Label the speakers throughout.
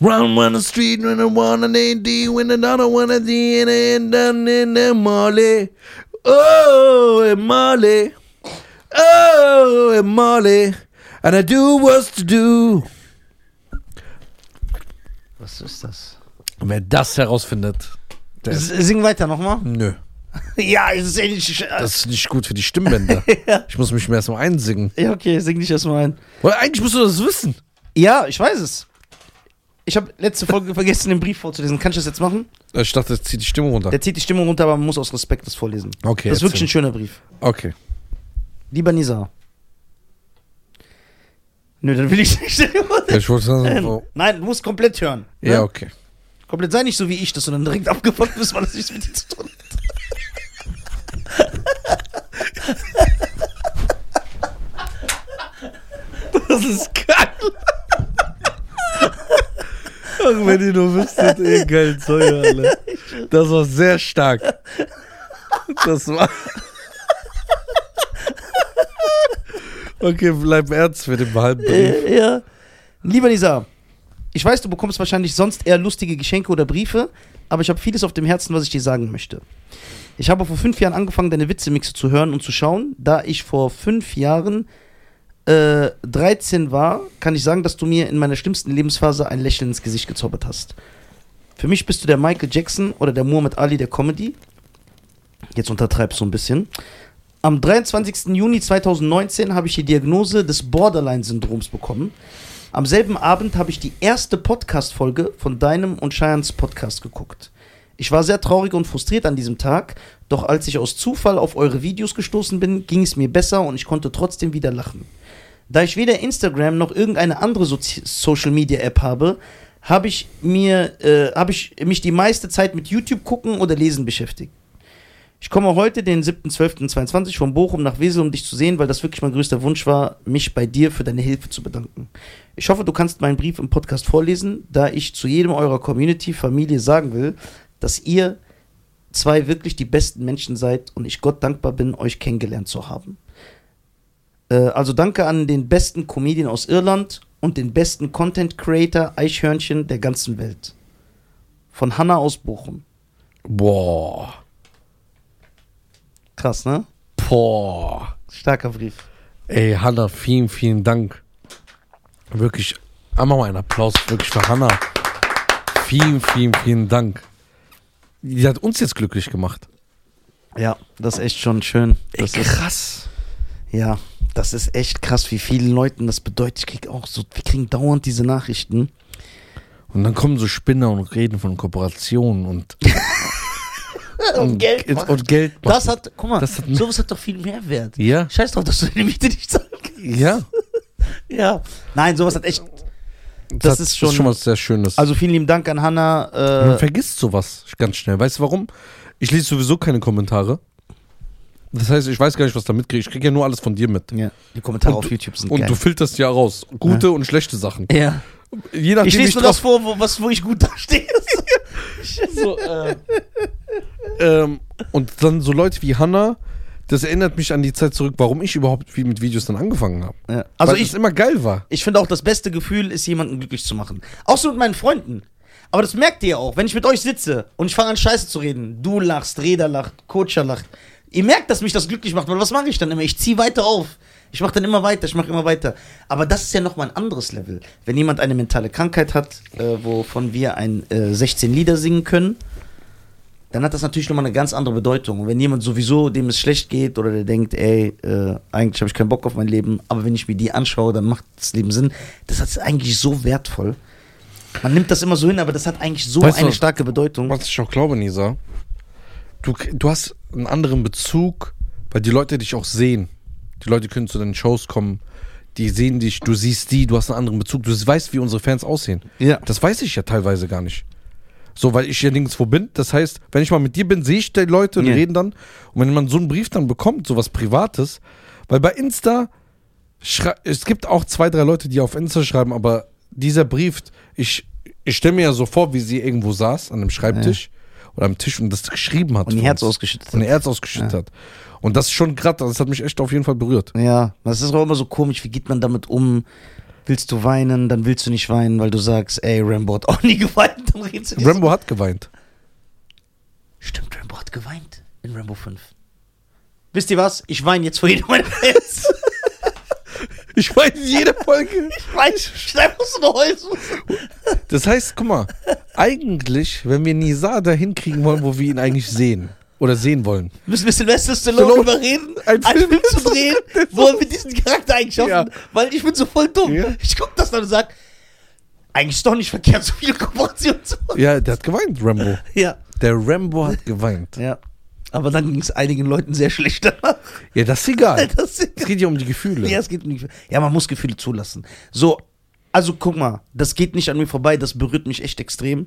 Speaker 1: Round one the street, when the one and they D, when another one at the end, and then in the Molly. Oh, and Molly. Oh, and Molly. And I do was to do.
Speaker 2: Was ist das?
Speaker 1: Wer das herausfindet, der ist.
Speaker 2: Sing weiter nochmal.
Speaker 1: Nö.
Speaker 2: Ja, es ist eh nicht.
Speaker 1: Hm. Das ist nicht gut für die Stimmbänder. Ich muss mich mir erstmal einsingen.
Speaker 2: ja, okay, sing dich erstmal ein.
Speaker 1: Weil eigentlich musst du das wissen.
Speaker 2: Ja, ich weiß es. Ich habe letzte Folge vergessen, den Brief vorzulesen. Kann ich das jetzt machen?
Speaker 1: Ich dachte, das zieht die Stimme runter.
Speaker 2: Der zieht die Stimmung runter, aber man muss aus Respekt das vorlesen.
Speaker 1: Okay,
Speaker 2: Das ist wirklich
Speaker 1: erzähl.
Speaker 2: ein schöner Brief.
Speaker 1: Okay.
Speaker 2: Lieber Nisa. Nö, dann will ich nicht.
Speaker 1: Ich wollte sagen, so-
Speaker 2: Nein, du musst komplett hören. ne?
Speaker 1: Ja, okay.
Speaker 2: Komplett sei nicht so wie ich, dass du dann direkt abgefuckt bist, weil das nichts mit dir zu tun hat.
Speaker 1: Das ist geil. Ach, wenn ihr nur wüsstet, ey, geil Zeug, alle. Das war sehr stark. Das war. Okay, bleib ernst mit dem halben Brief.
Speaker 2: Äh, ja. Lieber Nisa, ich weiß, du bekommst wahrscheinlich sonst eher lustige Geschenke oder Briefe, aber ich habe vieles auf dem Herzen, was ich dir sagen möchte. Ich habe vor fünf Jahren angefangen, deine Witze-Mixe zu hören und zu schauen. Da ich vor fünf Jahren äh, 13 war, kann ich sagen, dass du mir in meiner schlimmsten Lebensphase ein Lächeln ins Gesicht gezaubert hast. Für mich bist du der Michael Jackson oder der Muhammad Ali der Comedy. Jetzt untertreibst du ein bisschen. Am 23. Juni 2019 habe ich die Diagnose des Borderline-Syndroms bekommen. Am selben Abend habe ich die erste Podcast-Folge von deinem und Cheyans Podcast geguckt. Ich war sehr traurig und frustriert an diesem Tag, doch als ich aus Zufall auf eure Videos gestoßen bin, ging es mir besser und ich konnte trotzdem wieder lachen. Da ich weder Instagram noch irgendeine andere Sozi- Social Media App habe, habe ich mir äh, habe ich mich die meiste Zeit mit YouTube gucken oder lesen beschäftigt. Ich komme heute, den 7.12.22, von Bochum nach Wesel, um dich zu sehen, weil das wirklich mein größter Wunsch war, mich bei dir für deine Hilfe zu bedanken. Ich hoffe, du kannst meinen Brief im Podcast vorlesen, da ich zu jedem eurer Community, Familie sagen will, dass ihr zwei wirklich die besten Menschen seid und ich Gott dankbar bin, euch kennengelernt zu haben. Äh, also danke an den besten Comedian aus Irland und den besten Content Creator Eichhörnchen der ganzen Welt. Von Hanna aus Bochum.
Speaker 1: Boah.
Speaker 2: Krass, ne?
Speaker 1: Boah.
Speaker 2: Starker Brief.
Speaker 1: Ey, Hanna, vielen, vielen Dank. Wirklich, einmal mal einen Applaus wirklich für Hanna. Vielen, vielen, vielen Dank. Die hat uns jetzt glücklich gemacht.
Speaker 2: Ja, das ist echt schon schön.
Speaker 1: Ey,
Speaker 2: Das ist,
Speaker 1: krass.
Speaker 2: ja, das ist echt krass, wie vielen Leuten das bedeutet. Ich krieg auch so, wir kriegen dauernd diese Nachrichten.
Speaker 1: Und dann kommen so Spinner und reden von Kooperationen und,
Speaker 2: Und Geld
Speaker 1: und,
Speaker 2: machen.
Speaker 1: und Geld. machen.
Speaker 2: Das hat, guck mal,
Speaker 1: Das hat-
Speaker 2: sowas hat doch viel Mehrwert.
Speaker 1: ja,
Speaker 2: Scheiß drauf, dass du die Miete nicht zahlen kannst.
Speaker 1: ja.
Speaker 2: Ja. Nein, sowas hat echt.
Speaker 1: Das,
Speaker 2: Das
Speaker 1: ist,
Speaker 2: ist
Speaker 1: schon,
Speaker 2: schon-
Speaker 1: ist schon was sehr Schönes.
Speaker 2: Also vielen lieben Dank an Hanna.
Speaker 1: Man
Speaker 2: Äh,
Speaker 1: vergisst sowas ganz schnell. Weißt du warum? Ich lese sowieso keine Kommentare. Das heißt, ich weiß gar nicht, was da mitkriege. Ich kriege ja nur alles von dir mit.
Speaker 2: ja, die Kommentare
Speaker 1: Und
Speaker 2: auf
Speaker 1: du-
Speaker 2: YouTube sind
Speaker 1: Und
Speaker 2: geil.
Speaker 1: du filterst ja raus. Gute und schlechte Sachen.
Speaker 2: ja.
Speaker 1: Je nachdem,
Speaker 2: Ich
Speaker 1: wie
Speaker 2: lese nur das
Speaker 1: drauf-
Speaker 2: vor, wo, was, wo ich gut dastehe.
Speaker 1: so, äh, ähm, Und dann so Leute wie Hannah, das erinnert mich an die Zeit zurück, warum ich überhaupt wie mit Videos dann angefangen habe.
Speaker 2: ja. Also
Speaker 1: Weil
Speaker 2: ich,
Speaker 1: es immer geil war.
Speaker 2: Ich finde auch, das beste Gefühl ist, jemanden glücklich zu machen. Auch so mit meinen Freunden. Aber das merkt ihr auch, wenn ich mit euch sitze und ich fange an, Scheiße zu reden. Du lachst, Reda lacht, Coacher lacht. Ihr merkt, dass mich das glücklich macht, weil was mache ich dann immer? Ich ziehe weiter auf. Ich mache dann immer weiter, ich mache immer weiter. Aber das ist ja nochmal ein anderes Level. Wenn jemand eine mentale Krankheit hat, äh, wovon wir ein äh, 16 Lieder singen können, dann hat das natürlich nochmal eine ganz andere Bedeutung. Und wenn jemand sowieso, dem es schlecht geht oder der denkt, ey, äh, eigentlich habe ich keinen Bock auf mein Leben, aber wenn ich mir die anschaue, dann macht das Leben Sinn. Das ist eigentlich so wertvoll. Man nimmt das immer so hin, aber das hat eigentlich so
Speaker 1: Weißt du,
Speaker 2: eine starke Bedeutung.
Speaker 1: Was ich auch glaube, Nisa, du, du hast einen anderen Bezug, weil die Leute dich auch sehen. Die Leute können zu deinen Shows kommen, die sehen dich, du siehst die, du hast einen anderen Bezug, du weißt, wie unsere Fans aussehen.
Speaker 2: Ja.
Speaker 1: Das weiß ich ja teilweise gar nicht. So, weil ich ja nirgendwo bin. Das heißt, wenn ich mal mit dir bin, sehe ich die Leute und
Speaker 2: Ja.
Speaker 1: reden dann. Und wenn man so einen Brief dann bekommt, sowas Privates, weil bei Insta, schrei- es gibt auch zwei, drei Leute, die auf Insta schreiben, aber dieser Brief, ich, ich stelle mir ja so vor, wie sie irgendwo saß an einem Schreibtisch oder am Tisch und das geschrieben hat.
Speaker 2: Und ihr
Speaker 1: für
Speaker 2: Herz
Speaker 1: uns.
Speaker 2: ausgeschüttet
Speaker 1: Und ihr
Speaker 2: hat.
Speaker 1: Herz ausgeschüttet hat. Und das ist schon gerade, das hat mich echt auf jeden Fall berührt.
Speaker 2: Ja, das ist auch immer so komisch, wie geht man damit um? willst du weinen, dann willst du nicht weinen, weil du sagst, ey, Rambo hat auch nie geweint. Dann redest du nicht
Speaker 1: Rambo hat geweint.
Speaker 2: So. Stimmt, Rambo hat geweint in Rambo 5. Wisst ihr was? Ich weine jetzt vor jedem meiner Fans.
Speaker 1: Ich weiß jede Folge.
Speaker 2: Ich weine, schneid aus dem Holz.
Speaker 1: Das heißt, guck mal, eigentlich, wenn wir Nizar dahin kriegen wollen, wo wir ihn eigentlich sehen oder sehen wollen.
Speaker 2: Müssen wir Sylvester Stallone
Speaker 1: Stallone.
Speaker 2: überreden, einen
Speaker 1: Ein
Speaker 2: Film,
Speaker 1: Film
Speaker 2: zu drehen, wo er mit diesen Charaktereigenschaften,
Speaker 1: Ja.
Speaker 2: weil ich bin so voll dumm.
Speaker 1: Ja.
Speaker 2: Ich guck das dann und sag, eigentlich ist doch nicht verkehrt, so viele Kooperationen zu machen.
Speaker 1: Ja, der hat geweint, Rambo.
Speaker 2: Ja.
Speaker 1: Der Rambo hat geweint.
Speaker 2: Ja. Aber dann ging es einigen Leuten sehr schlecht danach.
Speaker 1: Ja, das ist egal.
Speaker 2: Das
Speaker 1: Es geht ja um die Gefühle.
Speaker 2: ja, es geht um die Gefühle. Ja, man muss Gefühle zulassen. So, also guck mal, das geht nicht an mir vorbei, das berührt mich echt extrem.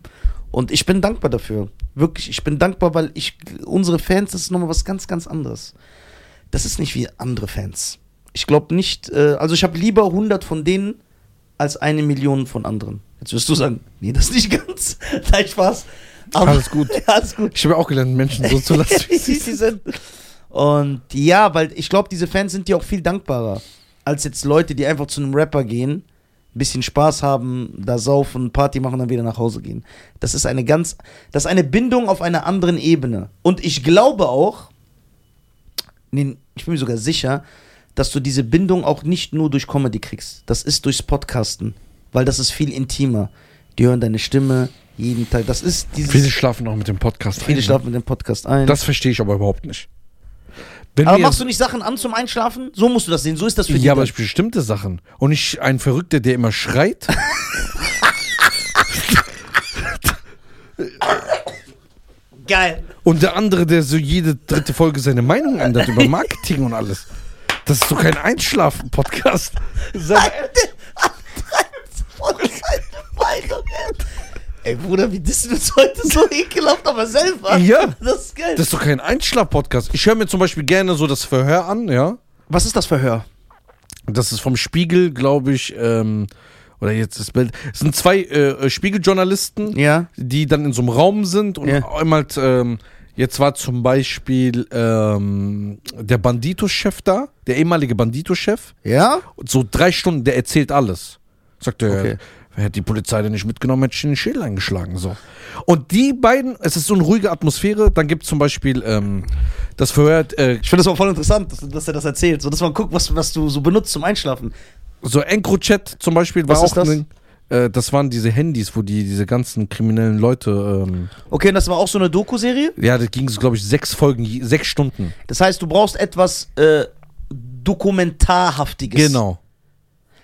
Speaker 2: Und ich bin dankbar dafür. Wirklich, ich bin dankbar, weil ich, unsere Fans, das ist nochmal was ganz, ganz anderes. Das ist nicht wie andere Fans. Ich glaube nicht, äh, also ich habe lieber 100 von denen als eine Million von anderen. Jetzt wirst du sagen, nee, das ist nicht ganz. Nein, Spaß.
Speaker 1: Alles gut.
Speaker 2: Ja, alles gut.
Speaker 1: Ich habe ja auch gelernt, Menschen so zu lassen, wie sie
Speaker 2: Sie
Speaker 1: sind.
Speaker 2: sind. Und ja, weil ich glaube, diese Fans sind dir auch viel dankbarer als jetzt Leute, die einfach zu einem Rapper gehen, ein bisschen Spaß haben, da saufen, Party machen, dann wieder nach Hause gehen. Das ist eine ganz, das ist eine Bindung auf einer anderen Ebene. Und ich glaube auch, nee, ich bin mir sogar sicher, dass du diese Bindung auch nicht nur durch Comedy kriegst. Das ist durchs Podcasten, weil das ist viel intimer. Die hören deine Stimme jeden Tag. Das ist dieses.
Speaker 1: Viele schlafen auch mit dem Podcast
Speaker 2: viele
Speaker 1: ein.
Speaker 2: schlafen mit dem Podcast ein.
Speaker 1: Das verstehe ich aber überhaupt nicht. Wenn
Speaker 2: Aber
Speaker 1: wir-
Speaker 2: machst du nicht Sachen an zum Einschlafen? So musst du das sehen. So ist das für dich.
Speaker 1: ja, aber ich bestimmte Sachen. Und nicht ein Verrückter, der immer schreit.
Speaker 2: Geil.
Speaker 1: Und der andere, der so jede dritte Folge seine Meinung ändert über Marketing und alles. Das ist so kein Einschlafen-Podcast. Sag-
Speaker 2: Ey, Bruder, wie dissen wir uns heute so ekelhaft, aber selber.
Speaker 1: Ja.
Speaker 2: Das ist geil.
Speaker 1: Das ist doch kein Einschlaf-Podcast. Ich höre mir zum Beispiel gerne so das Verhör an, ja.
Speaker 2: was ist das Verhör?
Speaker 1: Das ist vom Spiegel, glaube ich, ähm, oder jetzt das Bild. Es sind zwei äh, äh, Spiegeljournalisten,
Speaker 2: Ja.
Speaker 1: die dann in so einem Raum sind und
Speaker 2: Ja.
Speaker 1: einmal, ähm, jetzt war zum Beispiel ähm, der Bandito-Chef da, der ehemalige Bandito-Chef.
Speaker 2: Ja?
Speaker 1: Und So drei Stunden, der erzählt alles. Sagt er,
Speaker 2: Okay.
Speaker 1: hätte die Polizei den nicht mitgenommen, hätte ich den Schädel eingeschlagen. So. Und die beiden, es ist so eine ruhige Atmosphäre. Dann gibt es zum Beispiel, ähm, das verhört äh,
Speaker 2: Ich finde das auch voll interessant, dass, dass er das erzählt. So, dass man guckt, was, was du so benutzt zum Einschlafen.
Speaker 1: so Encrochat zum Beispiel.
Speaker 2: Was
Speaker 1: war
Speaker 2: ist
Speaker 1: auch
Speaker 2: das?
Speaker 1: ne- äh, das waren diese Handys, wo die diese ganzen kriminellen Leute, ähm,
Speaker 2: Okay, und das war auch so eine Doku-Serie.
Speaker 1: ja, da ging es, glaube ich, sechs Folgen, je- sechs Stunden.
Speaker 2: Das heißt, du brauchst etwas äh, Dokumentarhaftiges.
Speaker 1: Genau.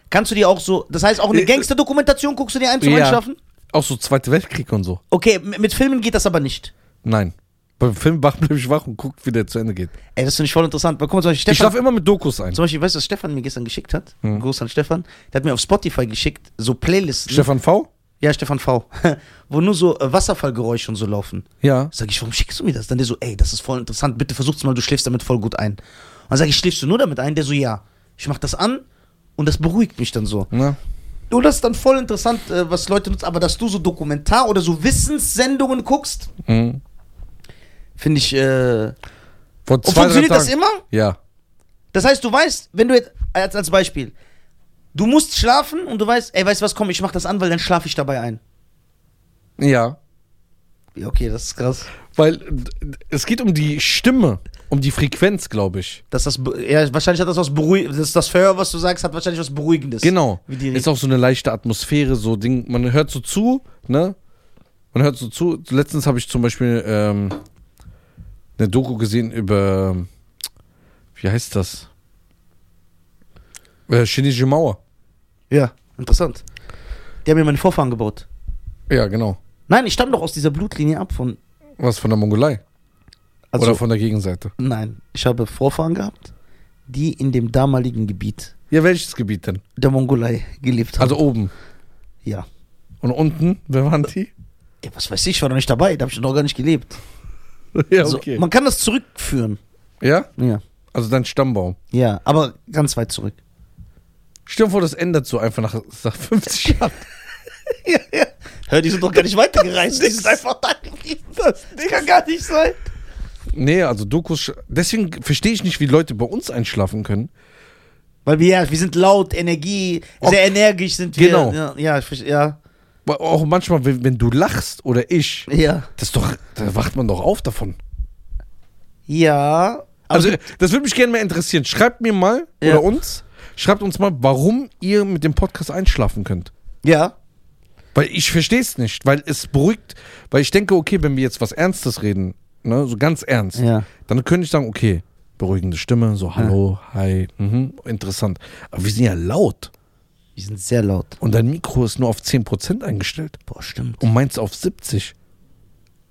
Speaker 2: Kannst du dir auch so, das heißt, auch eine
Speaker 1: Äh,
Speaker 2: Gangster-Dokumentation guckst du dir ein zum
Speaker 1: Ja.
Speaker 2: Einschlafen?
Speaker 1: Auch so Zweite Weltkrieg und so.
Speaker 2: Okay, m- mit Filmen geht das aber nicht.
Speaker 1: Nein. Beim Film wach bleibe ich wach und guck, wie der zu Ende geht.
Speaker 2: Ey, das finde ich voll interessant. Weil guck mal, zum Beispiel
Speaker 1: Ich Hm.
Speaker 2: Stefan,
Speaker 1: schlafe immer mit Dokus ein.
Speaker 2: zum Beispiel, weißt du, was Stefan mir gestern geschickt hat? Ein Gruß an Stefan. Der hat mir auf Spotify geschickt, so Playlisten.
Speaker 1: Stefan V?
Speaker 2: ja, Stefan V. wo nur so äh, Wasserfallgeräusche und so laufen.
Speaker 1: Ja.
Speaker 2: Sag ich, warum schickst du mir das? Dann der so, ey, das ist voll interessant, bitte versuch's mal, du schläfst damit voll gut ein. Und dann sag ich, schläfst du nur damit ein? Der so, ja. Ich mach das an und das beruhigt mich dann so.
Speaker 1: Na?
Speaker 2: Und das ist dann voll interessant, äh, was Leute nutzen, aber dass du so Dokumentar- oder so Wissenssendungen guckst,
Speaker 1: Mhm.
Speaker 2: finde ich, äh,
Speaker 1: Vor
Speaker 2: und
Speaker 1: zwei, drei
Speaker 2: funktioniert das
Speaker 1: Tagen-
Speaker 2: immer?
Speaker 1: Ja.
Speaker 2: Das heißt, du weißt, wenn du jetzt, als, als Beispiel, du musst schlafen und du weißt, ey, weißt du was, komm, ich mach das an, weil dann schlafe ich dabei ein.
Speaker 1: Ja.
Speaker 2: Ja, okay, das ist krass.
Speaker 1: Weil äh, es geht um die Stimme, um die Frequenz, glaube ich.
Speaker 2: Dass das, be- ja, wahrscheinlich hat das was Beruhigendes, das, das Verhör, was du sagst, hat wahrscheinlich was Beruhigendes.
Speaker 1: Genau.
Speaker 2: Wie die
Speaker 1: Ist auch so eine leichte Atmosphäre, so Ding. Man hört so zu, ne? Man hört so zu. Letztens habe ich zum Beispiel ähm, eine Doku gesehen über, ähm, wie heißt das? Äh, Chinesische Mauer.
Speaker 2: Ja, interessant. Die haben mir meine Vorfahren gebaut.
Speaker 1: Ja, genau.
Speaker 2: Nein, ich stamme doch aus dieser Blutlinie ab von,
Speaker 1: Was von der Mongolei
Speaker 2: also,
Speaker 1: oder von der Gegenseite?
Speaker 2: nein, ich habe Vorfahren gehabt, die in dem damaligen Gebiet
Speaker 1: Ja, welches Gebiet denn?
Speaker 2: der Mongolei gelebt haben.
Speaker 1: Also oben.
Speaker 2: ja.
Speaker 1: Und unten, wer waren die?
Speaker 2: Ey, was weiß ich, ich war noch nicht dabei, da habe ich noch gar nicht gelebt.
Speaker 1: Ja,
Speaker 2: Also, man kann das zurückführen.
Speaker 1: ja?
Speaker 2: Ja.
Speaker 1: Also dein Stammbaum.
Speaker 2: Ja, aber ganz weit zurück.
Speaker 1: Stell dir vor, das ändert so einfach nach, nach 50 Jahren.
Speaker 2: Ja, ja. Hör, die sind doch gar nicht weitergereist. Die sind einfach da geblieben. Das, kann gar nicht sein.
Speaker 1: Nee, also Dokus. sch- Deswegen verstehe ich nicht, wie Leute bei uns einschlafen können.
Speaker 2: Weil wir, ja, wir sind laut, Energie,
Speaker 1: Ob-
Speaker 2: sehr energisch sind wir.
Speaker 1: Genau.
Speaker 2: Ja, ja, ich verste- ja,
Speaker 1: Aber Auch manchmal, wenn wenn du lachst oder ich,
Speaker 2: ja.
Speaker 1: das ist doch, da wacht man doch auf davon.
Speaker 2: Ja. Aber
Speaker 1: also, das würde mich gerne mal interessieren. Schreibt mir mal
Speaker 2: Ja.
Speaker 1: oder uns, schreibt uns mal, warum ihr mit dem Podcast einschlafen könnt.
Speaker 2: ja.
Speaker 1: Weil ich verstehe es nicht, weil es beruhigt, weil ich denke, okay, wenn wir jetzt was Ernstes reden, ne, so ganz ernst,
Speaker 2: Ja.
Speaker 1: dann könnte ich sagen, okay, beruhigende Stimme, so hallo, hi, mhm, interessant. Aber wir sind ja laut
Speaker 2: Wir sind sehr laut.
Speaker 1: und dein Mikro ist nur auf 10% eingestellt
Speaker 2: Boah, stimmt.
Speaker 1: und meins auf 70.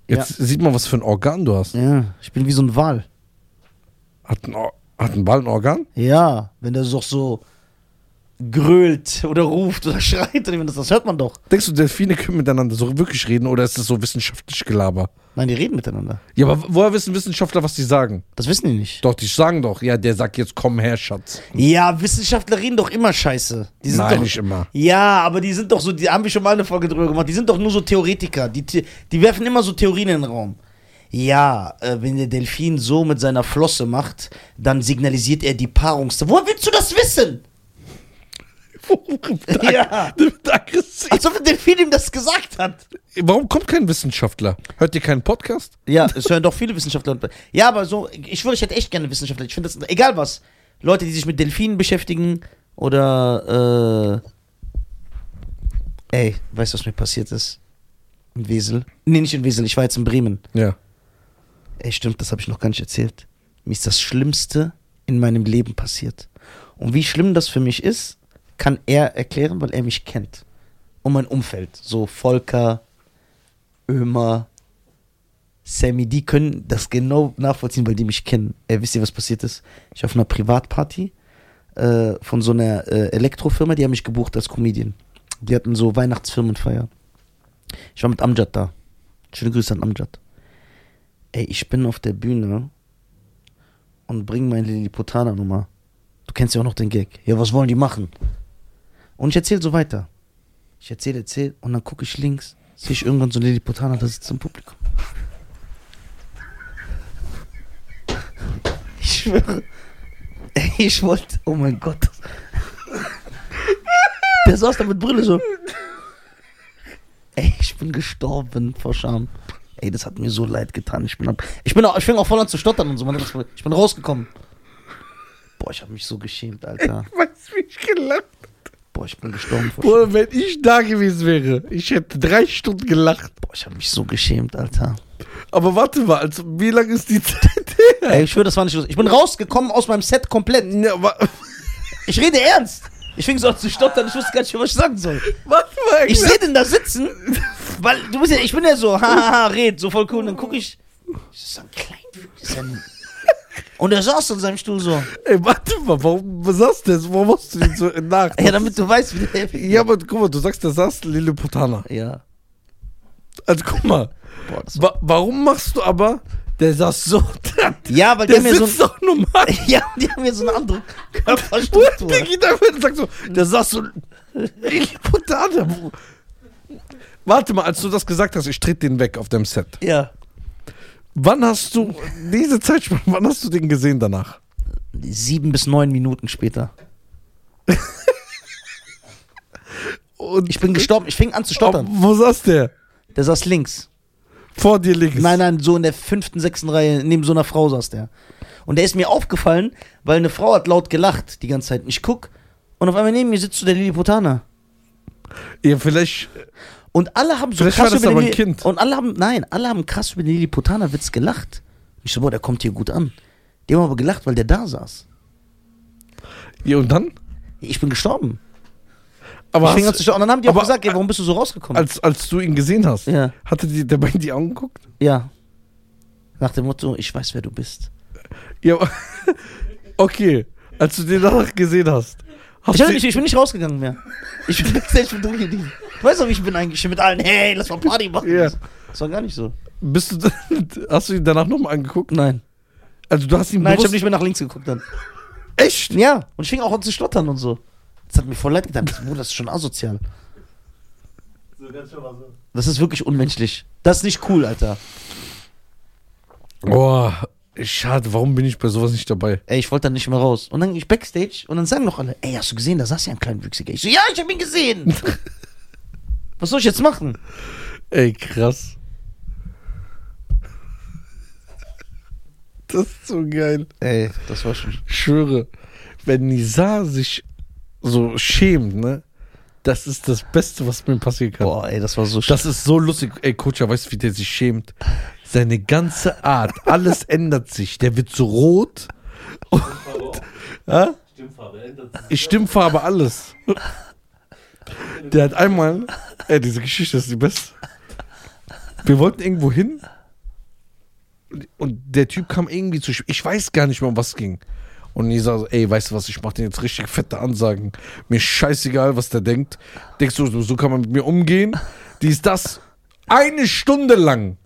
Speaker 1: Jetzt sieht man, was für ein Organ du hast.
Speaker 2: Ja, ich bin wie so ein Wal.
Speaker 1: Hat ein, Or hat ein Ball ein Organ?
Speaker 2: Ja, wenn der doch so grölt oder ruft oder schreit, oder das, das hört man doch.
Speaker 1: Denkst du, Delfine können miteinander so wirklich reden oder ist das so wissenschaftlich Gelaber?
Speaker 2: Nein, die reden miteinander.
Speaker 1: Ja, aber woher wissen Wissenschaftler, was die sagen?
Speaker 2: Das wissen die nicht.
Speaker 1: Doch, die sagen doch, ja, der sagt jetzt, komm her, Schatz.
Speaker 2: Ja, Wissenschaftler reden doch immer scheiße. Die sind
Speaker 1: Nein,
Speaker 2: doch,
Speaker 1: nicht immer.
Speaker 2: Ja, aber die sind doch so, die haben wir schon mal eine Folge drüber gemacht, die sind doch nur so Theoretiker. Die, The- die werfen immer so Theorien in den Raum. Ja, äh, wenn der Delfin so mit seiner Flosse macht, dann signalisiert er die Paarungszeit. Woher willst du das wissen? Ja.
Speaker 1: Der wird aggressiv.
Speaker 2: Als ob der Delfin ihm das gesagt hat.
Speaker 1: Warum kommt kein Wissenschaftler? Hört ihr keinen Podcast?
Speaker 2: Ja, es hören doch viele Wissenschaftler. und- Ja, aber so, ich würde, ich hätte echt gerne Wissenschaftler. Ich finde das, egal was. Leute, die sich mit Delfinen beschäftigen oder, äh, ey, weißt du, was mir passiert ist? In Wesel? Nee, nicht in Wesel, ich war jetzt in Bremen.
Speaker 1: Ja.
Speaker 2: Ey, stimmt, das habe ich noch gar nicht erzählt. Mir ist das Schlimmste in meinem Leben passiert. Und wie schlimm das für mich ist, kann er erklären, weil er mich kennt. Und mein Umfeld. So Volker, Ömer, Sammy, die können das genau nachvollziehen, weil die mich kennen. Ey, wisst ihr, was passiert ist? Ich war auf einer Privatparty äh, von so einer äh, Elektrofirma, die haben mich gebucht als Comedian. Die hatten so Weihnachtsfirmenfeier. Ich war mit Amjad da. Schöne Grüße an Amjad. Ey, ich bin auf der Bühne und bring meine Lilliputaner-Nummer. Du kennst ja auch noch den Gag. Ja, was wollen die machen? Und ich erzähle so weiter. Ich erzähle, erzähle und dann gucke ich links, sehe ich irgendwann so einen Lilliputaner, da sitzt im Publikum. Ich schwöre. Ey, ich wollte. Oh mein Gott. Der saß da mit Brille so. Ey, ich bin gestorben vor Scham. Ey, das hat mir so leid getan. Ich bin, ab, ich bin auch, ich fing auch voll an zu stottern und so. Man hat das- Ich bin rausgekommen. Boah, ich habe mich so geschämt, Alter.
Speaker 1: Weißt du, wie ich gelacht
Speaker 2: Boah, ich bin gestorben vor Scham.
Speaker 1: Oder wenn ich da gewesen wäre, ich hätte drei Stunden gelacht.
Speaker 2: Boah, ich habe mich so geschämt, Alter.
Speaker 1: Aber warte mal, also, wie lange ist die Zeit her?
Speaker 2: Ey, ich schwöre, das war nicht lustig. Ich bin rausgekommen aus meinem Set komplett.
Speaker 1: Ja, wa
Speaker 2: Ich rede ernst. Ich fing so an zu stottern. Ich wusste gar nicht, was ich sagen soll.
Speaker 1: warte mal,
Speaker 2: Ich
Speaker 1: ich
Speaker 2: sehe den da sitzen, weil du bist ja, ich bin ja so, hahaha, red, so voll cool. Und dann gucke ich, das ist so ein klein. Und er saß in seinem Stuhl so.
Speaker 1: Ey, warte mal, warum was sagst du das? Warum machst du den so in Nacht?
Speaker 2: Ja, damit du weißt, wie der.
Speaker 1: ja, aber guck mal, du sagst, da saß Lilliputaner.
Speaker 2: ja.
Speaker 1: Also guck mal,
Speaker 2: Boah, das war
Speaker 1: wa warum machst du aber, der saß so, der,
Speaker 2: ja, weil die
Speaker 1: der
Speaker 2: haben ja so,
Speaker 1: sitzt doch normal.
Speaker 2: ja, die haben ja so eine andere
Speaker 1: What?
Speaker 2: Körperstruktur.
Speaker 1: Der geht einfach hin und sagt so, der saß so Lilliputaner. wo- Warte mal, als du das gesagt hast, ich trete den weg auf dem Set.
Speaker 2: Ja.
Speaker 1: Wann hast du diese Zeitspanne, wann hast du den gesehen danach?
Speaker 2: Sieben bis neun Minuten später.
Speaker 1: Und
Speaker 2: Ich bin gestorben, ich fing an zu
Speaker 1: Ob,
Speaker 2: stottern.
Speaker 1: wo saß der?
Speaker 2: Der saß links.
Speaker 1: Vor dir links.
Speaker 2: Nein, nein, so in der fünften, sechsten Reihe, neben so einer Frau saß der. Und der ist mir aufgefallen, weil eine Frau hat laut gelacht die ganze Zeit. Und ich guck und auf einmal neben mir sitzt so der Lilliputaner.
Speaker 1: Ja, vielleicht.
Speaker 2: Und alle haben so
Speaker 1: Vielleicht
Speaker 2: krass
Speaker 1: war das
Speaker 2: über den
Speaker 1: aber ein
Speaker 2: Lilli-
Speaker 1: Kind.
Speaker 2: Und alle haben, nein, alle haben krass über den Lilliputaner-Witz gelacht. Und ich so, boah, der kommt hier gut an. Die haben aber gelacht, weil der da saß.
Speaker 1: Ja, und dann?
Speaker 2: Ich bin gestorben.
Speaker 1: Aber
Speaker 2: ich fing an zu
Speaker 1: hast,
Speaker 2: stottern. Und dann haben die auch
Speaker 1: aber-
Speaker 2: gesagt, ey, warum bist du so rausgekommen?
Speaker 1: als, als du ihn gesehen hast,
Speaker 2: Ja.
Speaker 1: hatte die, der bei dir die Augen geguckt?
Speaker 2: ja. Nach dem Motto, ich weiß, wer du bist.
Speaker 1: Ja. aber- Okay. Als du den danach gesehen hast. hast
Speaker 2: Ich, hab
Speaker 1: du-
Speaker 2: nicht, ich bin nicht rausgegangen mehr. Ich bin ich bin durchgedient. Du weißt doch, wie ich bin eigentlich hier mit allen, hey, lass mal Party machen.
Speaker 1: Ja.
Speaker 2: Das war gar nicht so.
Speaker 1: bist du, hast du ihn danach nochmal angeguckt?
Speaker 2: Nein.
Speaker 1: Also du hast ihn
Speaker 2: Nein, ich
Speaker 1: bewusst.
Speaker 2: habe nicht mehr nach links geguckt dann.
Speaker 1: echt?
Speaker 2: Ja, und ich fing auch an zu stottern und so. Das hat mir voll leid getan. Bruder, das ist schon asozial.
Speaker 3: So ganz schön mal so.
Speaker 2: Das ist wirklich unmenschlich. Das ist nicht cool, Alter.
Speaker 1: Boah. Schade, warum bin ich bei sowas nicht dabei?
Speaker 2: Ey, ich wollte dann nicht mehr raus. Und dann gehe ich Backstage und dann sagen noch alle, ey, hast du gesehen, da saß ja ein Kleinwüchsiger. Ich so, ja, ich hab ihn gesehen. Was soll ich jetzt machen?
Speaker 1: Ey, krass. Das ist so geil.
Speaker 2: Ey, das war schon.
Speaker 1: Ich schwöre, wenn Nisa sich so schämt, ne? Das ist das Beste, was mir passieren kann.
Speaker 2: Boah, ey, das war so
Speaker 1: Das ist so lustig. Ey, Kutscher, weißt du, wie der sich schämt? Seine ganze Art, alles ändert sich. Der wird so rot.
Speaker 3: Stimmfarbe auch.
Speaker 1: Hä?
Speaker 3: Stimmfarbe ändert sich.
Speaker 1: Ich Stimmfarbe, alles. Der hat einmal. Ey, diese Geschichte ist die beste. Wir wollten irgendwo hin. Und der Typ kam irgendwie zu. spät. Ich weiß gar nicht mehr, um was es ging. Und ich sag so, ey, weißt du was, ich mach den jetzt richtig fette Ansagen. Mir scheißegal, was der denkt. Denkst du, so- so kann man mit mir umgehen? Dies, das. Eine Stunde lang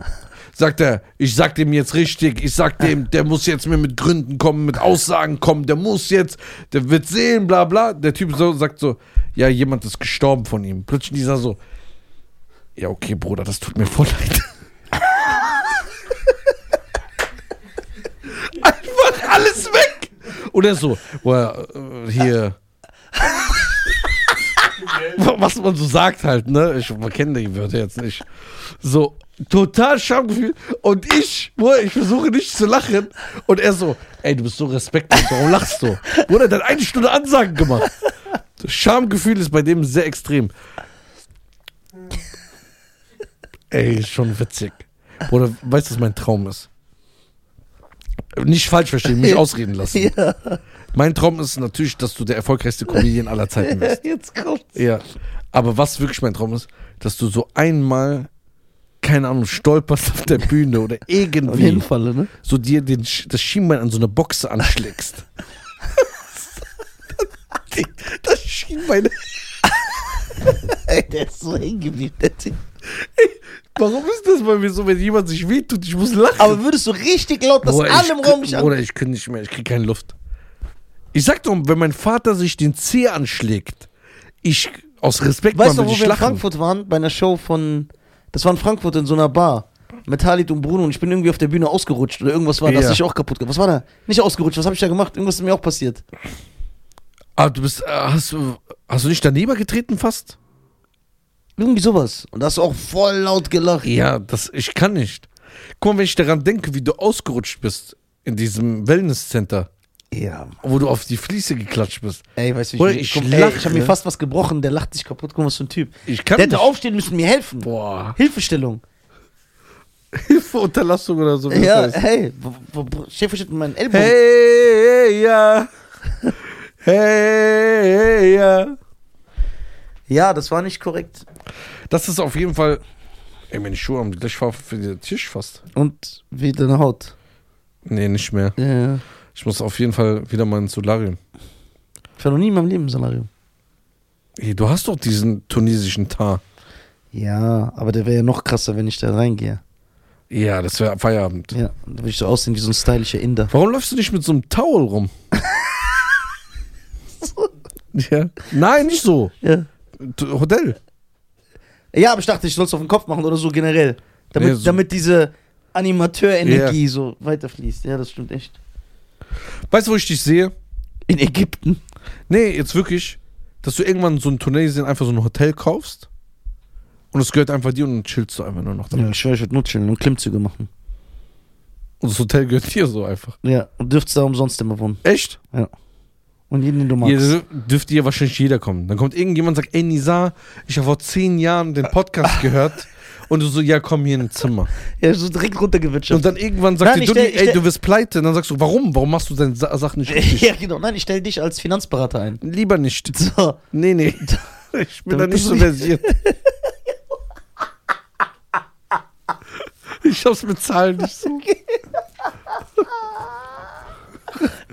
Speaker 1: sagt er, ich sag dem jetzt richtig, ich sag dem, der muss jetzt mir mit Gründen kommen, mit Aussagen kommen, der muss jetzt, der wird sehen, bla bla. Der Typ so, sagt so, ja, jemand ist gestorben von ihm. Plötzlich dieser so, ja, okay, Bruder, das tut mir voll leid. Einfach alles weg. Oder so, well, äh, hier. Was man so sagt halt, ne? Ich man kennt die Wörter jetzt nicht. So, total Schamgefühl. Und ich, Bruder, ich versuche nicht zu lachen. Und er so, ey, du bist so respektlos, warum lachst du? Bruder, der hat eine Stunde Ansagen gemacht. Das Schamgefühl ist bei dem sehr extrem. Ey, ist schon witzig. Bruder, weißt du, was mein Traum ist? Nicht falsch verstehen, mich ausreden lassen.
Speaker 2: Ja,
Speaker 1: Mein Traum ist natürlich, dass du der erfolgreichste Comedian aller Zeiten bist.
Speaker 2: jetzt kommt's.
Speaker 1: Ja. Aber was wirklich mein Traum ist, dass du so einmal, keine Ahnung, stolperst auf der Bühne oder
Speaker 2: Auf
Speaker 1: irgendwie
Speaker 2: jeden Fall, ne?
Speaker 1: so dir den, Sch- das Schienbein an so eine Boxe anschlägst. das Schienbein.
Speaker 2: Ey, der ist so hängen geblieben, der Typ.
Speaker 1: Warum ist das bei mir so, wenn jemand sich wehtut, ich muss lachen?
Speaker 2: Aber würdest du richtig laut das
Speaker 1: Bruder,
Speaker 2: alle im
Speaker 1: ich,
Speaker 2: Raum nicht an.
Speaker 1: Oder ich kann nicht mehr, ich krieg keine Luft. Ich sag doch, wenn mein Vater sich den Zeh anschlägt, ich aus Respekt
Speaker 2: Weißt
Speaker 1: mal
Speaker 2: du,
Speaker 1: will
Speaker 2: wo
Speaker 1: ich
Speaker 2: wir in
Speaker 1: lachen.
Speaker 2: Frankfurt waren? Bei einer Show von. Das war in Frankfurt in so einer Bar. Mit Khalid und Bruno und ich bin irgendwie auf der Bühne ausgerutscht oder irgendwas war,
Speaker 1: Ja.
Speaker 2: dass ich auch kaputt Was war da? Nicht ausgerutscht, was habe ich da gemacht? Irgendwas ist mir auch passiert.
Speaker 1: Ah, du bist, äh, hast, du- hast du nicht daneben getreten fast?
Speaker 2: Irgendwie sowas. Und da hast du auch voll laut gelacht.
Speaker 1: Ja, das, ich kann nicht. Guck mal, wenn ich daran denke, wie du ausgerutscht bist in diesem Wellnesscenter,
Speaker 2: Ja.
Speaker 1: wo du auf die Fliese geklatscht bist.
Speaker 2: Ey, weißt du,
Speaker 1: Bruder,
Speaker 2: wie
Speaker 1: ich
Speaker 2: komm, ey, ich ne?
Speaker 1: lache.
Speaker 2: habe mir fast was gebrochen, der lacht sich kaputt, guck mal, was für ein Typ.
Speaker 1: Ich kann
Speaker 2: der hätte
Speaker 1: nicht.
Speaker 2: aufstehen müssen, mir helfen.
Speaker 1: Boah.
Speaker 2: Hilfestellung.
Speaker 1: Hilfeunterlassung oder so. wie
Speaker 2: Ja,
Speaker 1: das heißt.
Speaker 2: hey, wo- wo- wo- Schäfer steht mit meinen Ellbogen.
Speaker 1: Hey, hey, ja. Hey, hey, ja.
Speaker 2: Ja, das war nicht korrekt.
Speaker 1: Das ist auf jeden Fall. Ey, meine Schuhe haben gleich ver- für den Tisch fast.
Speaker 2: Und wie deine Haut. Äh,
Speaker 1: Nee, nicht mehr.
Speaker 2: Ja.
Speaker 1: Ich muss auf jeden Fall wieder mal ins Solarium.
Speaker 2: Ich war noch nie in meinem Leben im Solarium.
Speaker 1: Ey, du hast doch diesen tunesischen Tar.
Speaker 2: Ja, aber der wäre ja noch krasser, wenn ich da reingehe.
Speaker 1: Ja, das wäre Feierabend.
Speaker 2: Ja, da würde ich so aussehen wie so ein stylischer Inder.
Speaker 1: Warum läufst du nicht mit so einem Towel rum? ja. Nein, nicht so.
Speaker 2: Ja.
Speaker 1: T- Hotel.
Speaker 2: ja, aber ich dachte, ich soll es auf den Kopf machen oder so generell. Damit,
Speaker 1: Nee, so-
Speaker 2: damit diese Animateurenergie so weiterfließt. Ja, das stimmt echt.
Speaker 1: Weißt du, wo ich dich sehe?
Speaker 2: In Ägypten.
Speaker 1: Nee, jetzt wirklich, dass du irgendwann so in Tunesien einfach so ein Hotel kaufst und es gehört einfach dir und dann chillst du einfach nur noch da.
Speaker 2: Ja, ich schwöre, ich würde nur chillen und Klimmzüge machen.
Speaker 1: Und das Hotel gehört dir so einfach.
Speaker 2: Ja, und dürftest da umsonst immer wohnen.
Speaker 1: Echt?
Speaker 2: Und jeden, den du magst.
Speaker 1: Hier dürfte ja wahrscheinlich jeder kommen. Dann kommt irgendjemand und sagt, ey Nisa, ich habe vor zehn Jahren den Podcast gehört. Und du so, ja, komm hier in ein Zimmer.
Speaker 2: Ja, so direkt
Speaker 1: Und
Speaker 2: runtergewirtschaftet.
Speaker 1: dann irgendwann sagt
Speaker 2: Nein,
Speaker 1: dir
Speaker 2: ich
Speaker 1: Dulli,
Speaker 2: stell- ich
Speaker 1: ey,
Speaker 2: stell-
Speaker 1: du wirst pleite. Und dann sagst du, warum? Warum machst du deine Sa- Sachen nicht richtig?
Speaker 2: ja, genau. Nein, ich stelle dich als Finanzberater ein.
Speaker 1: Lieber nicht.
Speaker 2: So.
Speaker 1: Nee, nee. Ich bin
Speaker 2: Damit
Speaker 1: da nicht
Speaker 2: bist
Speaker 1: so
Speaker 2: du-
Speaker 1: versiert. Ich hab's mit Zahlen nicht so.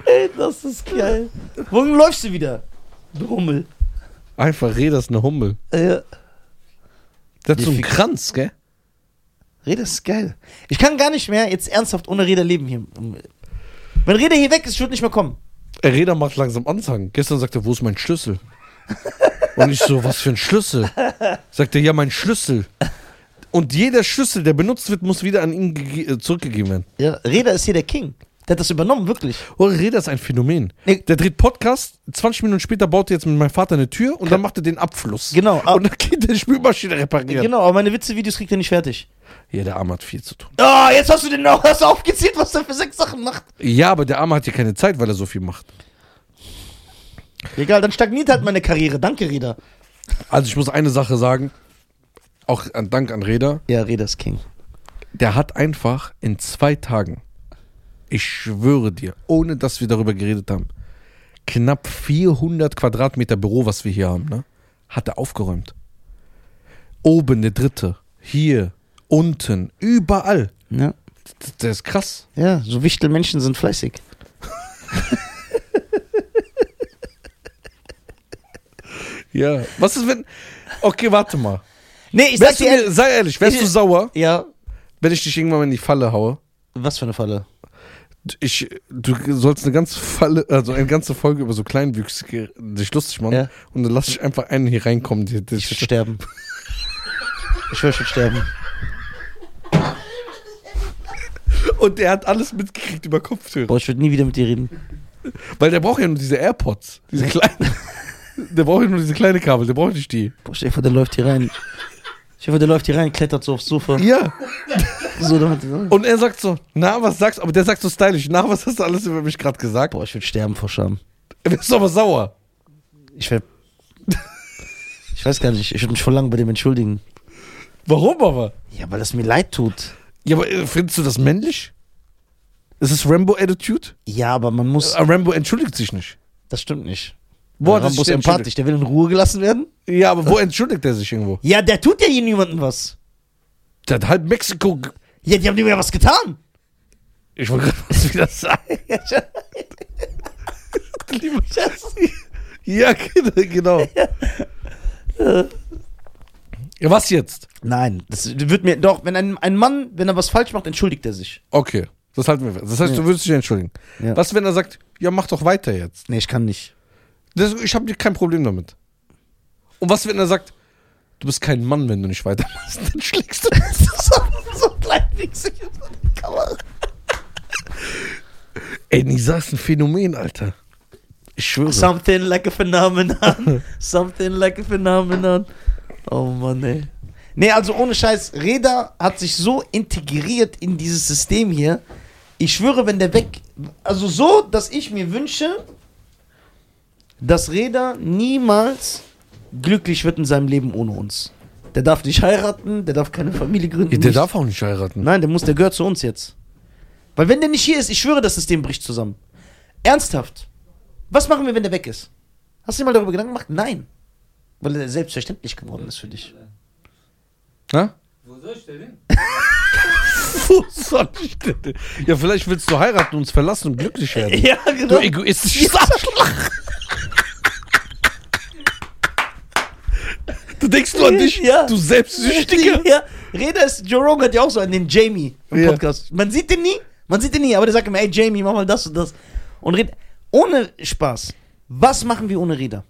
Speaker 2: Ey, das ist geil. Wohin läufst du wieder? Du Hummel.
Speaker 1: Einfach Reda ist eine Hummel.
Speaker 2: Äh,
Speaker 1: Der hat so einen
Speaker 2: Defik-
Speaker 1: Kranz, gell?
Speaker 2: Rede ist geil. Ich kann gar nicht mehr jetzt ernsthaft ohne Rede leben hier. Wenn Rede hier weg ist, ich würde nicht mehr kommen.
Speaker 1: Ey, Reda macht langsam Ansagen. Gestern sagte er, wo ist mein Schlüssel? Und ich so, was für ein Schlüssel? Sagt er, ja, mein Schlüssel. Und jeder Schlüssel, der benutzt wird, muss wieder an ihn gege- äh, zurückgegeben werden.
Speaker 2: Ja, Reda ist hier der King. Der hat das übernommen, wirklich.
Speaker 1: Oh, Reda ist ein Phänomen.
Speaker 2: Nee.
Speaker 1: Der dreht Podcast, 20 Minuten später baut er jetzt mit meinem Vater eine Tür und dann macht er den Abfluss.
Speaker 2: Genau, ah.
Speaker 1: Und dann geht der Spülmaschine reparieren.
Speaker 2: Genau, aber meine Witze-Videos kriegt er nicht fertig.
Speaker 1: Ja, der Arme hat viel zu tun.
Speaker 2: Ah, jetzt hast du den noch hast aufgezählt, was er für sechs Sachen macht.
Speaker 1: Ja, aber der Arme hat ja keine Zeit, weil er so viel macht.
Speaker 2: Egal, dann stagniert halt meine Karriere. Danke, Reda.
Speaker 1: Also ich muss eine Sache sagen, auch an Dank an Reda.
Speaker 2: Ja, Reda ist King.
Speaker 1: Der hat einfach in zwei Tagen, ich schwöre dir, ohne dass wir darüber geredet haben, knapp 400 Quadratmeter Büro, was wir hier haben, ne, hat er aufgeräumt. Oben der dritte, hier, unten, überall.
Speaker 2: Ja.
Speaker 1: D- Der ist krass.
Speaker 2: Ja, so Wichtelmenschen sind fleißig.
Speaker 1: Ja. Was ist, wenn. Okay, warte mal.
Speaker 2: Nee, ich sag
Speaker 1: Wärst du
Speaker 2: dir ehrlich.
Speaker 1: mir, sei ehrlich, wärst
Speaker 2: ich-
Speaker 1: du sauer,
Speaker 2: Ja,
Speaker 1: wenn ich dich irgendwann mal in die Falle haue?
Speaker 2: was für eine Falle.
Speaker 1: Ich, du sollst eine ganze Falle, also eine ganze Folge über so Kleinwüchsige dich lustig machen
Speaker 2: Ja.
Speaker 1: und dann lass ich einfach einen hier reinkommen. Die, die,
Speaker 2: Ich würde sterben. Ich würde sterben.
Speaker 1: und der hat alles mitgekriegt über Kopfhörer.
Speaker 2: Boah, ich würde nie wieder mit dir reden.
Speaker 1: Weil der braucht ja nur diese AirPods, diese kleinen. der braucht ja nur diese kleine Kabel, der braucht nicht die.
Speaker 2: Boah, stell dir vor, der läuft hier rein. Stell dir vor, der läuft hier rein, klettert so aufs Sofa.
Speaker 1: Ja.
Speaker 2: So, dann-
Speaker 1: Und er sagt so, na, was sagst du? Aber der sagt so stylisch, na, was hast du alles über mich gerade gesagt?
Speaker 2: Boah, ich würde sterben vor Scham.
Speaker 1: Er ist aber sauer.
Speaker 2: Ich wär. Ich weiß gar nicht, ich würde mich vor lang bei dem entschuldigen.
Speaker 1: Warum aber?
Speaker 2: Ja, weil das mir leid tut.
Speaker 1: Ja, aber äh, findest du das männlich? Ist es Rambo-Attitude?
Speaker 2: Ja, aber man muss.
Speaker 1: Äh, Rambo entschuldigt sich nicht.
Speaker 2: Das stimmt nicht.
Speaker 1: Boah,
Speaker 2: Boah,
Speaker 1: das
Speaker 2: Rambo
Speaker 1: ist
Speaker 2: ist
Speaker 1: der
Speaker 2: empathisch, der will in Ruhe gelassen werden?
Speaker 1: Ja, aber wo entschuldigt er sich irgendwo?
Speaker 2: Ja, der tut ja hier niemandem was.
Speaker 1: Der hat halb Mexiko. ge-
Speaker 2: Ja, die haben ihm ja was getan.
Speaker 1: Ich wollte gerade was wieder sagen. Lieber ja, genau, genau. Ja, was jetzt?
Speaker 2: Nein, das wird mir. Doch, wenn ein, ein Mann, wenn er was falsch macht, entschuldigt er sich.
Speaker 1: Okay, das halten wir fest. Das heißt, du würdest dich entschuldigen.
Speaker 2: Ja.
Speaker 1: Was, wenn er sagt, ja, mach doch weiter jetzt?
Speaker 2: Nee, ich kann nicht.
Speaker 1: Das, ich habe kein Problem damit. Und was, wenn er sagt, du bist kein Mann, wenn du nicht weitermachst? Dann schlägst du.
Speaker 2: so, so kleinwüchsig ist meine Kamera.
Speaker 1: Ey, Nisa ist ein Phänomen, Alter. Ich schwöre.
Speaker 2: Something like a phenomenon. Something like a phenomenon. Oh Mann, ey. Nee, also ohne Scheiß, Reda hat sich so integriert in dieses System hier. Ich schwöre, wenn der weg. Also so, dass ich mir wünsche, dass Reda niemals glücklich wird in seinem Leben ohne uns. Der darf nicht heiraten, der darf keine Familie gründen.
Speaker 1: Ja, der
Speaker 2: nichts.
Speaker 1: darf auch nicht heiraten.
Speaker 2: Nein, der muss, der gehört zu uns jetzt. Weil wenn der nicht hier ist, ich schwöre, das System bricht zusammen. Ernsthaft. Was machen wir, wenn der weg ist? Hast du dir mal darüber Gedanken gemacht? Nein. Weil er selbstverständlich geworden ist für dich.
Speaker 1: Na?
Speaker 3: Wo soll ich denn hin?
Speaker 1: Wo soll ich denn? Ja, vielleicht willst du heiraten, uns verlassen und glücklich werden.
Speaker 2: Ja,
Speaker 1: Du
Speaker 2: genau.
Speaker 1: egoistisches Arschloch. Du denkst nur an dich,
Speaker 2: Ja.
Speaker 1: du Selbstsüchtiger.
Speaker 2: Ja, Reda ist, Joe Rogan hat ja auch so einen, den Jamie im
Speaker 1: Ja.
Speaker 2: Podcast. Man sieht den nie, man sieht den nie, aber der sagt immer, ey Jamie, mach mal das und das. Und Reda, ohne Spaß, was machen wir ohne Reda?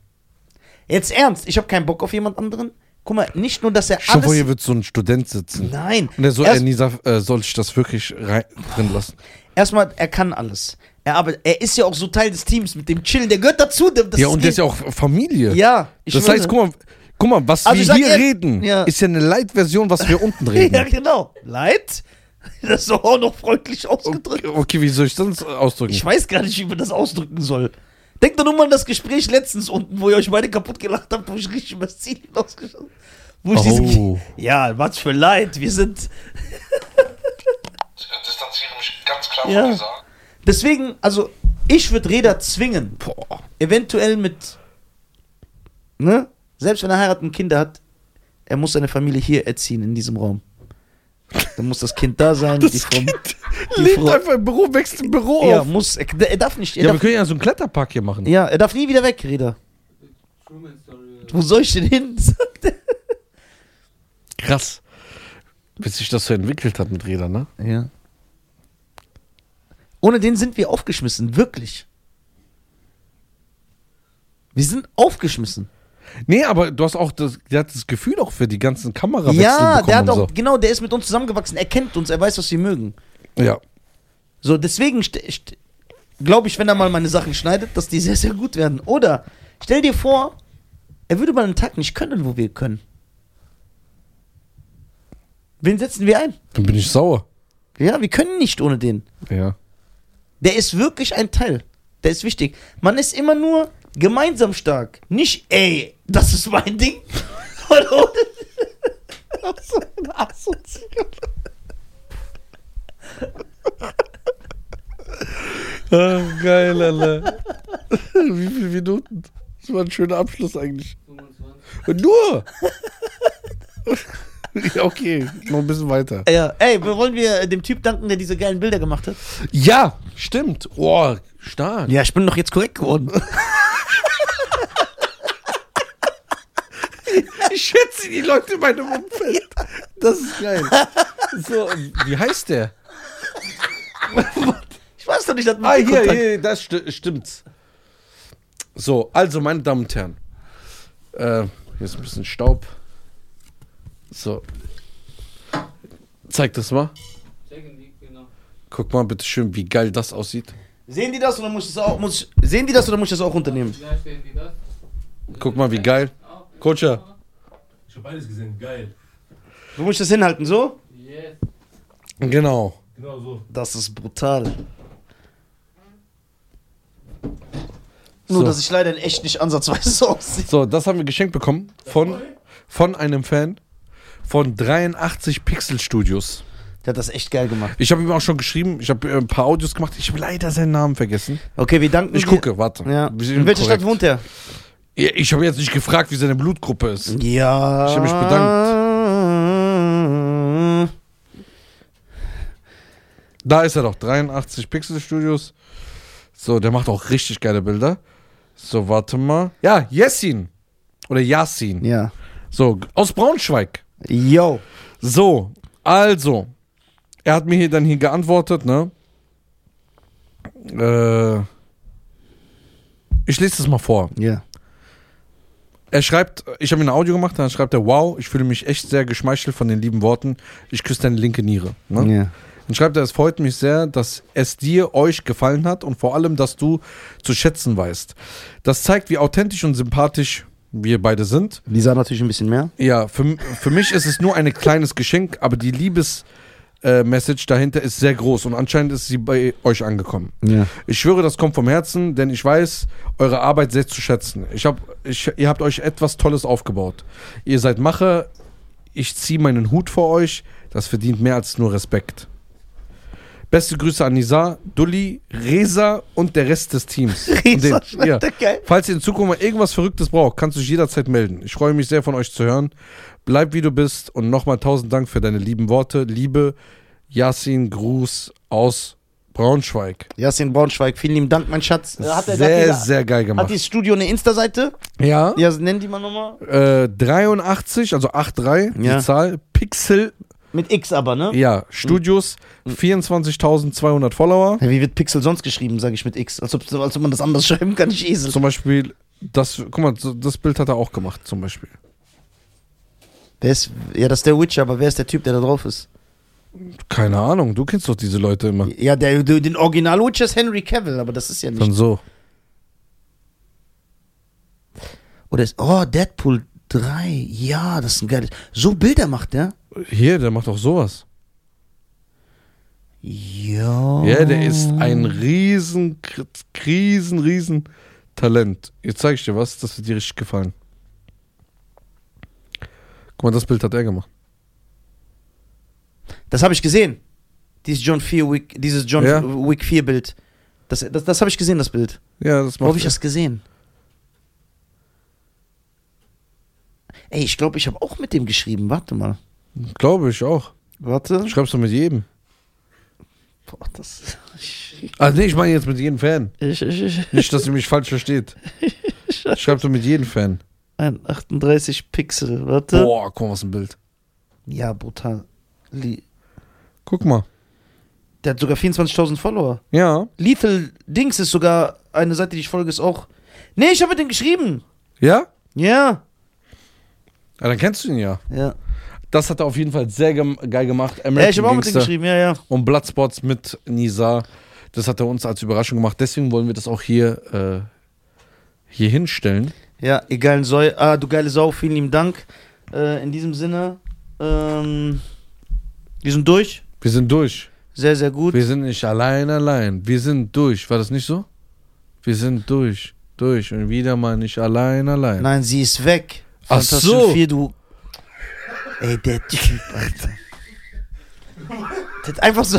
Speaker 2: Jetzt ernst, ich habe keinen Bock auf jemand anderen. Guck mal, nicht nur, dass er
Speaker 1: Schon vor
Speaker 2: alles...
Speaker 1: hier wird so ein Student sitzen.
Speaker 2: Nein.
Speaker 1: Und der so,
Speaker 2: Erst-
Speaker 1: äh, Nisa, äh, soll ich das wirklich rein, drin lassen?
Speaker 2: Erstmal, er kann alles. Er, arbeitet, er ist ja auch so Teil des Teams mit dem Chillen. Der gehört dazu. Der, das
Speaker 1: ja, und der ist ja auch Familie.
Speaker 2: Ja, ich
Speaker 1: das
Speaker 2: schwöre.
Speaker 1: heißt, guck mal, guck mal was
Speaker 2: Also ich
Speaker 1: wir
Speaker 2: sag
Speaker 1: hier
Speaker 2: ehrlich-
Speaker 1: reden,
Speaker 2: Ja.
Speaker 1: ist ja eine Light-Version, was wir unten
Speaker 2: Ja,
Speaker 1: reden.
Speaker 2: genau. Leid. Das ist doch auch noch freundlich ausgedrückt.
Speaker 1: Okay, wie soll ich das ausdrücken?
Speaker 2: Ich weiß gar nicht, wie man das ausdrücken soll. Denkt doch nur mal an das Gespräch letztens unten, wo ihr euch beide kaputt gelacht habt, wo ich richtig über das Ziel hinausgeschaut habe. Wo ich
Speaker 1: Oh.
Speaker 2: diesen, ja, was für Leid. Wir sind.
Speaker 4: Ich distanziere mich ganz klar
Speaker 2: Ja.
Speaker 4: von dieser.
Speaker 2: Deswegen, also, ich würde Reda zwingen,
Speaker 1: Boah.
Speaker 2: eventuell mit, ne? Selbst wenn er heiraten Kinder hat, er muss seine Familie hier erziehen in diesem Raum. Dann muss das Kind da sein, die Frau. die
Speaker 1: Lebt
Speaker 2: Frau-
Speaker 1: einfach im Büro, wächst im Büro
Speaker 2: Ja,
Speaker 1: auf.
Speaker 2: muss. Er, er darf nicht. Er
Speaker 1: Ja, wir
Speaker 2: darf,
Speaker 1: können ja so einen Kletterpark hier machen.
Speaker 2: ja, er darf nie wieder weg, Reda.
Speaker 3: Truman Story.
Speaker 2: Wo soll ich denn hin? sagt er.
Speaker 1: Krass. Bis sich das so entwickelt hat mit Rädern, ne?
Speaker 2: Ja. Ohne den sind wir aufgeschmissen, wirklich. Wir sind aufgeschmissen.
Speaker 1: Nee, aber du hast auch das, der hat das Gefühl auch für die ganzen Kamerawechsel
Speaker 2: Ja, der hat
Speaker 1: bekommen
Speaker 2: auch,
Speaker 1: und
Speaker 2: genau, der ist mit uns zusammengewachsen. Er kennt uns, er weiß, was wir mögen.
Speaker 1: so. Ja.
Speaker 2: So, deswegen glaube ich, wenn er mal meine Sachen schneidet, dass die sehr, sehr gut werden. Oder stell dir vor, er würde mal einen Tag nicht können, wo wir können. Wen setzen wir ein?
Speaker 1: Dann bin ich sauer.
Speaker 2: Ja, wir können nicht ohne den.
Speaker 1: Ja.
Speaker 2: Der ist wirklich ein Teil. Der ist wichtig. Man ist immer nur gemeinsam stark. Nicht, ey, das ist mein Ding. Oder ohne. Was für eine Assoziation.
Speaker 1: Ah, geil, Alter. Wie viele Minuten? Das war ein schöner Abschluss eigentlich.
Speaker 3: 25.
Speaker 1: Nur! Ja, okay, noch ein bisschen weiter.
Speaker 2: Ja, ey, wollen wir dem Typ danken, der diese geilen Bilder gemacht hat?
Speaker 1: Ja, stimmt. Oh, stark.
Speaker 2: Ja, ich bin doch jetzt korrekt geworden.
Speaker 1: Ich schätze die Leute in meinem Umfeld. Das ist geil. So, wie heißt der?
Speaker 2: Ich weiß doch nicht, dass
Speaker 1: Ah,
Speaker 2: man
Speaker 1: hier, hier, das sti stimmt's. So, also, meine Damen und Herren. Äh, hier ist ein bisschen Staub. So. Zeig das mal.
Speaker 3: Checken die, genau.
Speaker 1: Guck mal bitte schön, wie geil das aussieht.
Speaker 2: Sehen die das oder muss ich das auch muss ich, sehen die das oder muss ich das auch unternehmen?
Speaker 3: Vielleicht sehen die das.
Speaker 1: Guck mal, wie geil.
Speaker 3: Auch.
Speaker 1: Kutscher.
Speaker 5: Ich habe alles gesehen, geil.
Speaker 2: Wo muss ich das hinhalten so?
Speaker 3: Yes.
Speaker 1: Genau.
Speaker 5: Genau so.
Speaker 2: Das ist brutal.
Speaker 1: So.
Speaker 2: Nur dass ich leider in echt nicht ansatzweise so aussehe.
Speaker 1: So, das haben wir geschenkt bekommen von, von einem Fan von 83 Pixel Studios.
Speaker 2: Der hat das echt geil gemacht.
Speaker 1: Ich habe ihm auch schon geschrieben, ich habe äh, ein paar Audios gemacht, ich habe leider seinen Namen vergessen.
Speaker 2: Okay, wir danken
Speaker 1: Ich
Speaker 2: dir.
Speaker 1: gucke, warte.
Speaker 2: Ja.
Speaker 1: Wir sind
Speaker 2: In welcher
Speaker 1: korrekt.
Speaker 2: Stadt wohnt er?
Speaker 1: Ja, Ich habe jetzt nicht gefragt, wie seine Blutgruppe ist.
Speaker 2: Ja.
Speaker 1: Ich hab mich
Speaker 2: bedankt.
Speaker 1: Da ist er doch, 83 Pixel Studios. So, der macht auch richtig geile Bilder. So, warte mal. Ja, Yassin. Oder Yassin.
Speaker 2: Ja.
Speaker 1: So, aus Braunschweig.
Speaker 2: Yo.
Speaker 1: So, also, er hat mir hier dann hier geantwortet, ne? Äh, ich lese das mal vor.
Speaker 2: Ja.
Speaker 1: Er schreibt, ich habe mir ein Audio gemacht, dann schreibt er, wow, ich fühle mich echt sehr geschmeichelt von den lieben Worten. Ich küsse deine linke Niere. Ne?
Speaker 2: Ja.
Speaker 1: Dann schreibt er, es freut mich sehr, dass es dir, euch gefallen hat und vor allem, dass du zu schätzen weißt. Das zeigt, wie authentisch und sympathisch wir beide sind.
Speaker 2: Lisa natürlich ein bisschen mehr.
Speaker 1: Ja, für, für mich ist es nur ein kleines Geschenk, aber die Liebesmessage äh, Message dahinter ist sehr groß und anscheinend ist sie bei euch angekommen.
Speaker 2: Ja.
Speaker 1: Ich schwöre, das kommt vom Herzen, denn ich weiß, eure Arbeit sehr zu schätzen. Ich hab, ich, ihr habt euch etwas Tolles aufgebaut. Ihr seid Macher, ich ziehe meinen Hut vor euch, das verdient mehr als nur Respekt. Beste Grüße an Nisa, Dulli, Reza und der Rest des Teams. Und
Speaker 2: Reza,
Speaker 1: den, ja.
Speaker 2: der geil.
Speaker 1: Falls ihr in Zukunft mal irgendwas Verrücktes braucht, kannst du dich jederzeit melden. Ich freue mich sehr, von euch zu hören. Bleib wie du bist und nochmal tausend Dank für deine lieben Worte. Liebe Yasin, Gruß aus Braunschweig.
Speaker 2: Jasin Braunschweig, vielen lieben Dank, mein Schatz. Äh, Hat er-
Speaker 1: sehr,
Speaker 2: hat die,
Speaker 1: sehr geil
Speaker 2: hat
Speaker 1: gemacht.
Speaker 2: dieses Studio eine Insta-Seite?
Speaker 1: ja.
Speaker 2: Ja, nenn die mal nochmal.
Speaker 1: Äh, 83, also 83,
Speaker 2: Ja.
Speaker 1: die Zahl. Pixel,
Speaker 2: Mit X aber, ne?
Speaker 1: ja, Studios,
Speaker 2: Hm.
Speaker 1: 24.200 Follower.
Speaker 2: Ja, Wie wird Pixel sonst geschrieben, sage ich mit X? Als ob, als ob man das anders schreiben kann, ich Esel.
Speaker 1: Zum Beispiel, das, guck mal, so- das Bild hat er auch gemacht, zum Beispiel.
Speaker 2: Wer ist, ja, das ist der Witcher, aber wer ist der Typ, der da drauf ist?
Speaker 1: Keine Ahnung, du kennst doch diese Leute immer.
Speaker 2: Ja, der, der, den Original-Witcher ist Henry Cavill, aber das ist ja
Speaker 1: Dann
Speaker 2: nicht.
Speaker 1: so.
Speaker 2: Oder ist, oh, Deadpool 3, ja, das ist ein geiles. So Bilder macht der?
Speaker 1: Hier, der macht auch sowas.
Speaker 2: Ja.
Speaker 1: Ja, der ist ein
Speaker 2: Oh.
Speaker 1: riesen, riesen, riesen Talent. Jetzt zeige ich dir was, das wird dir richtig gefallen. Guck mal, das Bild hat er gemacht.
Speaker 2: Das habe ich gesehen. Dieses John, 4 Wick, dieses John
Speaker 1: Ja.
Speaker 2: Wick 4 Bild. Das, das, das habe ich gesehen, das Bild.
Speaker 1: Ja, das
Speaker 2: Wo
Speaker 1: macht
Speaker 2: habe ich
Speaker 1: er.
Speaker 2: das gesehen? Ey, ich glaube, ich habe auch mit dem geschrieben. Warte mal.
Speaker 1: Glaube ich auch.
Speaker 2: Warte.
Speaker 1: Schreibst du mit jedem?
Speaker 2: Boah, das. Ich,
Speaker 1: Ah, nee, ich meine jetzt mit jedem Fan.
Speaker 2: ich, ich,
Speaker 1: Nicht, dass ihr mich falsch versteht. Schreibst du mit jedem Fan.
Speaker 2: ein 38 Pixel, warte.
Speaker 1: Boah, guck mal, was ein Bild.
Speaker 2: Ja, brutal. Li-
Speaker 1: Guck mal.
Speaker 2: Der hat sogar 24.000 Follower.
Speaker 1: Ja.
Speaker 2: Lethal Dings ist sogar eine Seite, die ich folge, ist auch. Nee, ich habe mit dem geschrieben.
Speaker 1: Ja?
Speaker 2: Ja.
Speaker 1: Ja, dann kennst du ihn ja.
Speaker 2: Ja,
Speaker 1: Das hat er auf jeden Fall sehr gem geil gemacht. American
Speaker 2: ja ich habe auch mit ihm
Speaker 1: Gangster
Speaker 2: geschrieben, ja, ja.
Speaker 1: Und Bloodspots mit Nisa. Das hat er uns als Überraschung gemacht. Deswegen wollen wir das auch hier, äh, hier hinstellen.
Speaker 2: Ja, ihr geilen Säu. Ah, du geile Sau, vielen lieben Dank. Äh, in diesem Sinne, ähm, wir sind durch.
Speaker 1: Wir sind durch.
Speaker 2: Sehr, sehr gut.
Speaker 1: Wir sind nicht allein, allein. Wir sind durch. War das nicht so? Wir sind durch. Durch. Und wieder mal nicht allein, allein.
Speaker 2: Nein, sie ist weg.
Speaker 1: Ach
Speaker 2: Fantastisch
Speaker 1: so.
Speaker 2: Vier, du. Ey, der Typ, Alter. Das ist einfach so.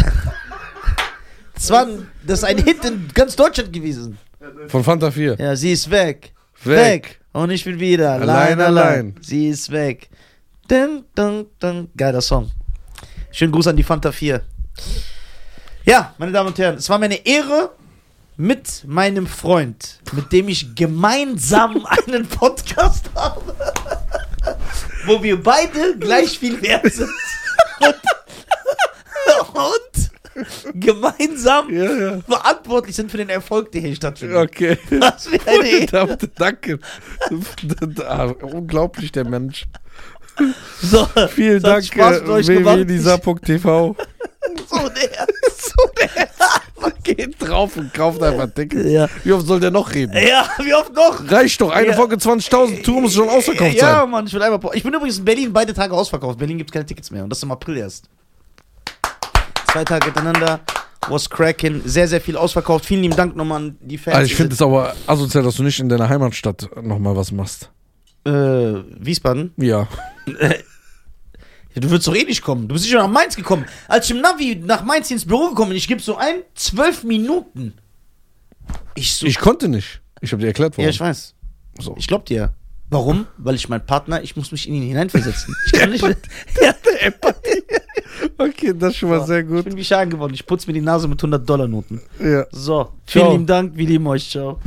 Speaker 2: Das, war, ein- das ist ein Hit in ganz Deutschland gewesen.
Speaker 1: Von Fanta 4.
Speaker 2: Ja, sie ist weg.
Speaker 1: Weg.
Speaker 2: Und ich bin wieder.
Speaker 1: Allein,
Speaker 2: Allein, allein.
Speaker 1: allein.
Speaker 2: Sie ist weg. Dun, dun, dun. Geiler Song. Schönen Gruß an die Fanta 4. Ja, meine Damen und Herren, es war meine Ehre mit meinem Freund, mit dem ich gemeinsam einen Podcast habe, wo wir beide gleich viel wert sind. Und, und gemeinsam
Speaker 1: Ja, ja.
Speaker 2: verantwortlich sind für den Erfolg, der hier stattfindet.
Speaker 1: Okay.
Speaker 2: Das wäre eine Ehre.
Speaker 1: Verdammt, Genau. danke. Ah, Unglaublich, der Mensch.
Speaker 2: So,
Speaker 1: Vielen
Speaker 2: es hat
Speaker 1: Dank, äh,
Speaker 2: Spaß mit euch gemacht.
Speaker 1: www.lisa.tv.
Speaker 2: So der Ah, Ernst. So der
Speaker 1: Geht drauf und kauft einfach Tickets.
Speaker 2: Ja.
Speaker 1: Wie oft soll der noch reden?
Speaker 2: Ja, wie oft noch?
Speaker 1: Reicht doch, eine
Speaker 2: Ja.
Speaker 1: Folge 20.000. Tour muss schon ausverkauft
Speaker 2: ja,
Speaker 1: sein.
Speaker 2: Mann, ich will einfach. Ich bin übrigens in Berlin beide Tage ausverkauft. Berlin gibt es keine Tickets mehr. Und das im April erst. Zwei Tage hintereinander. Was cracking. Sehr, sehr viel ausverkauft. Vielen lieben Dank nochmal an die Fans.
Speaker 1: Also ich finde es aber asozial, dass du nicht in deiner Heimatstadt nochmal was machst.
Speaker 2: Äh, Wiesbaden.
Speaker 1: Ja.
Speaker 2: Ja, du würdest doch eh nicht kommen. Du bist nicht mal nach Mainz gekommen. Als ich im Navi nach Mainz ins Büro gekommen bin, ich gebe so ein, zwölf Minuten. Ich so.
Speaker 1: Ich konnte nicht. Ich habe dir erklärt, warum.
Speaker 2: ja, ich weiß.
Speaker 1: so.
Speaker 2: Ich glaub dir. Warum? Weil ich mein Partner, ich muss mich in ihn hineinversetzen. Ich kann nicht. ja,
Speaker 1: okay, das ist schon mal sehr
Speaker 2: Ich
Speaker 1: gut.
Speaker 2: bin wie Schaden geworden. Ich putze mir die Nase mit 100-Dollar-Noten.
Speaker 1: Ja.
Speaker 2: So,
Speaker 1: Ciao.
Speaker 2: vielen lieben Dank. Wir lieben euch. Ciao.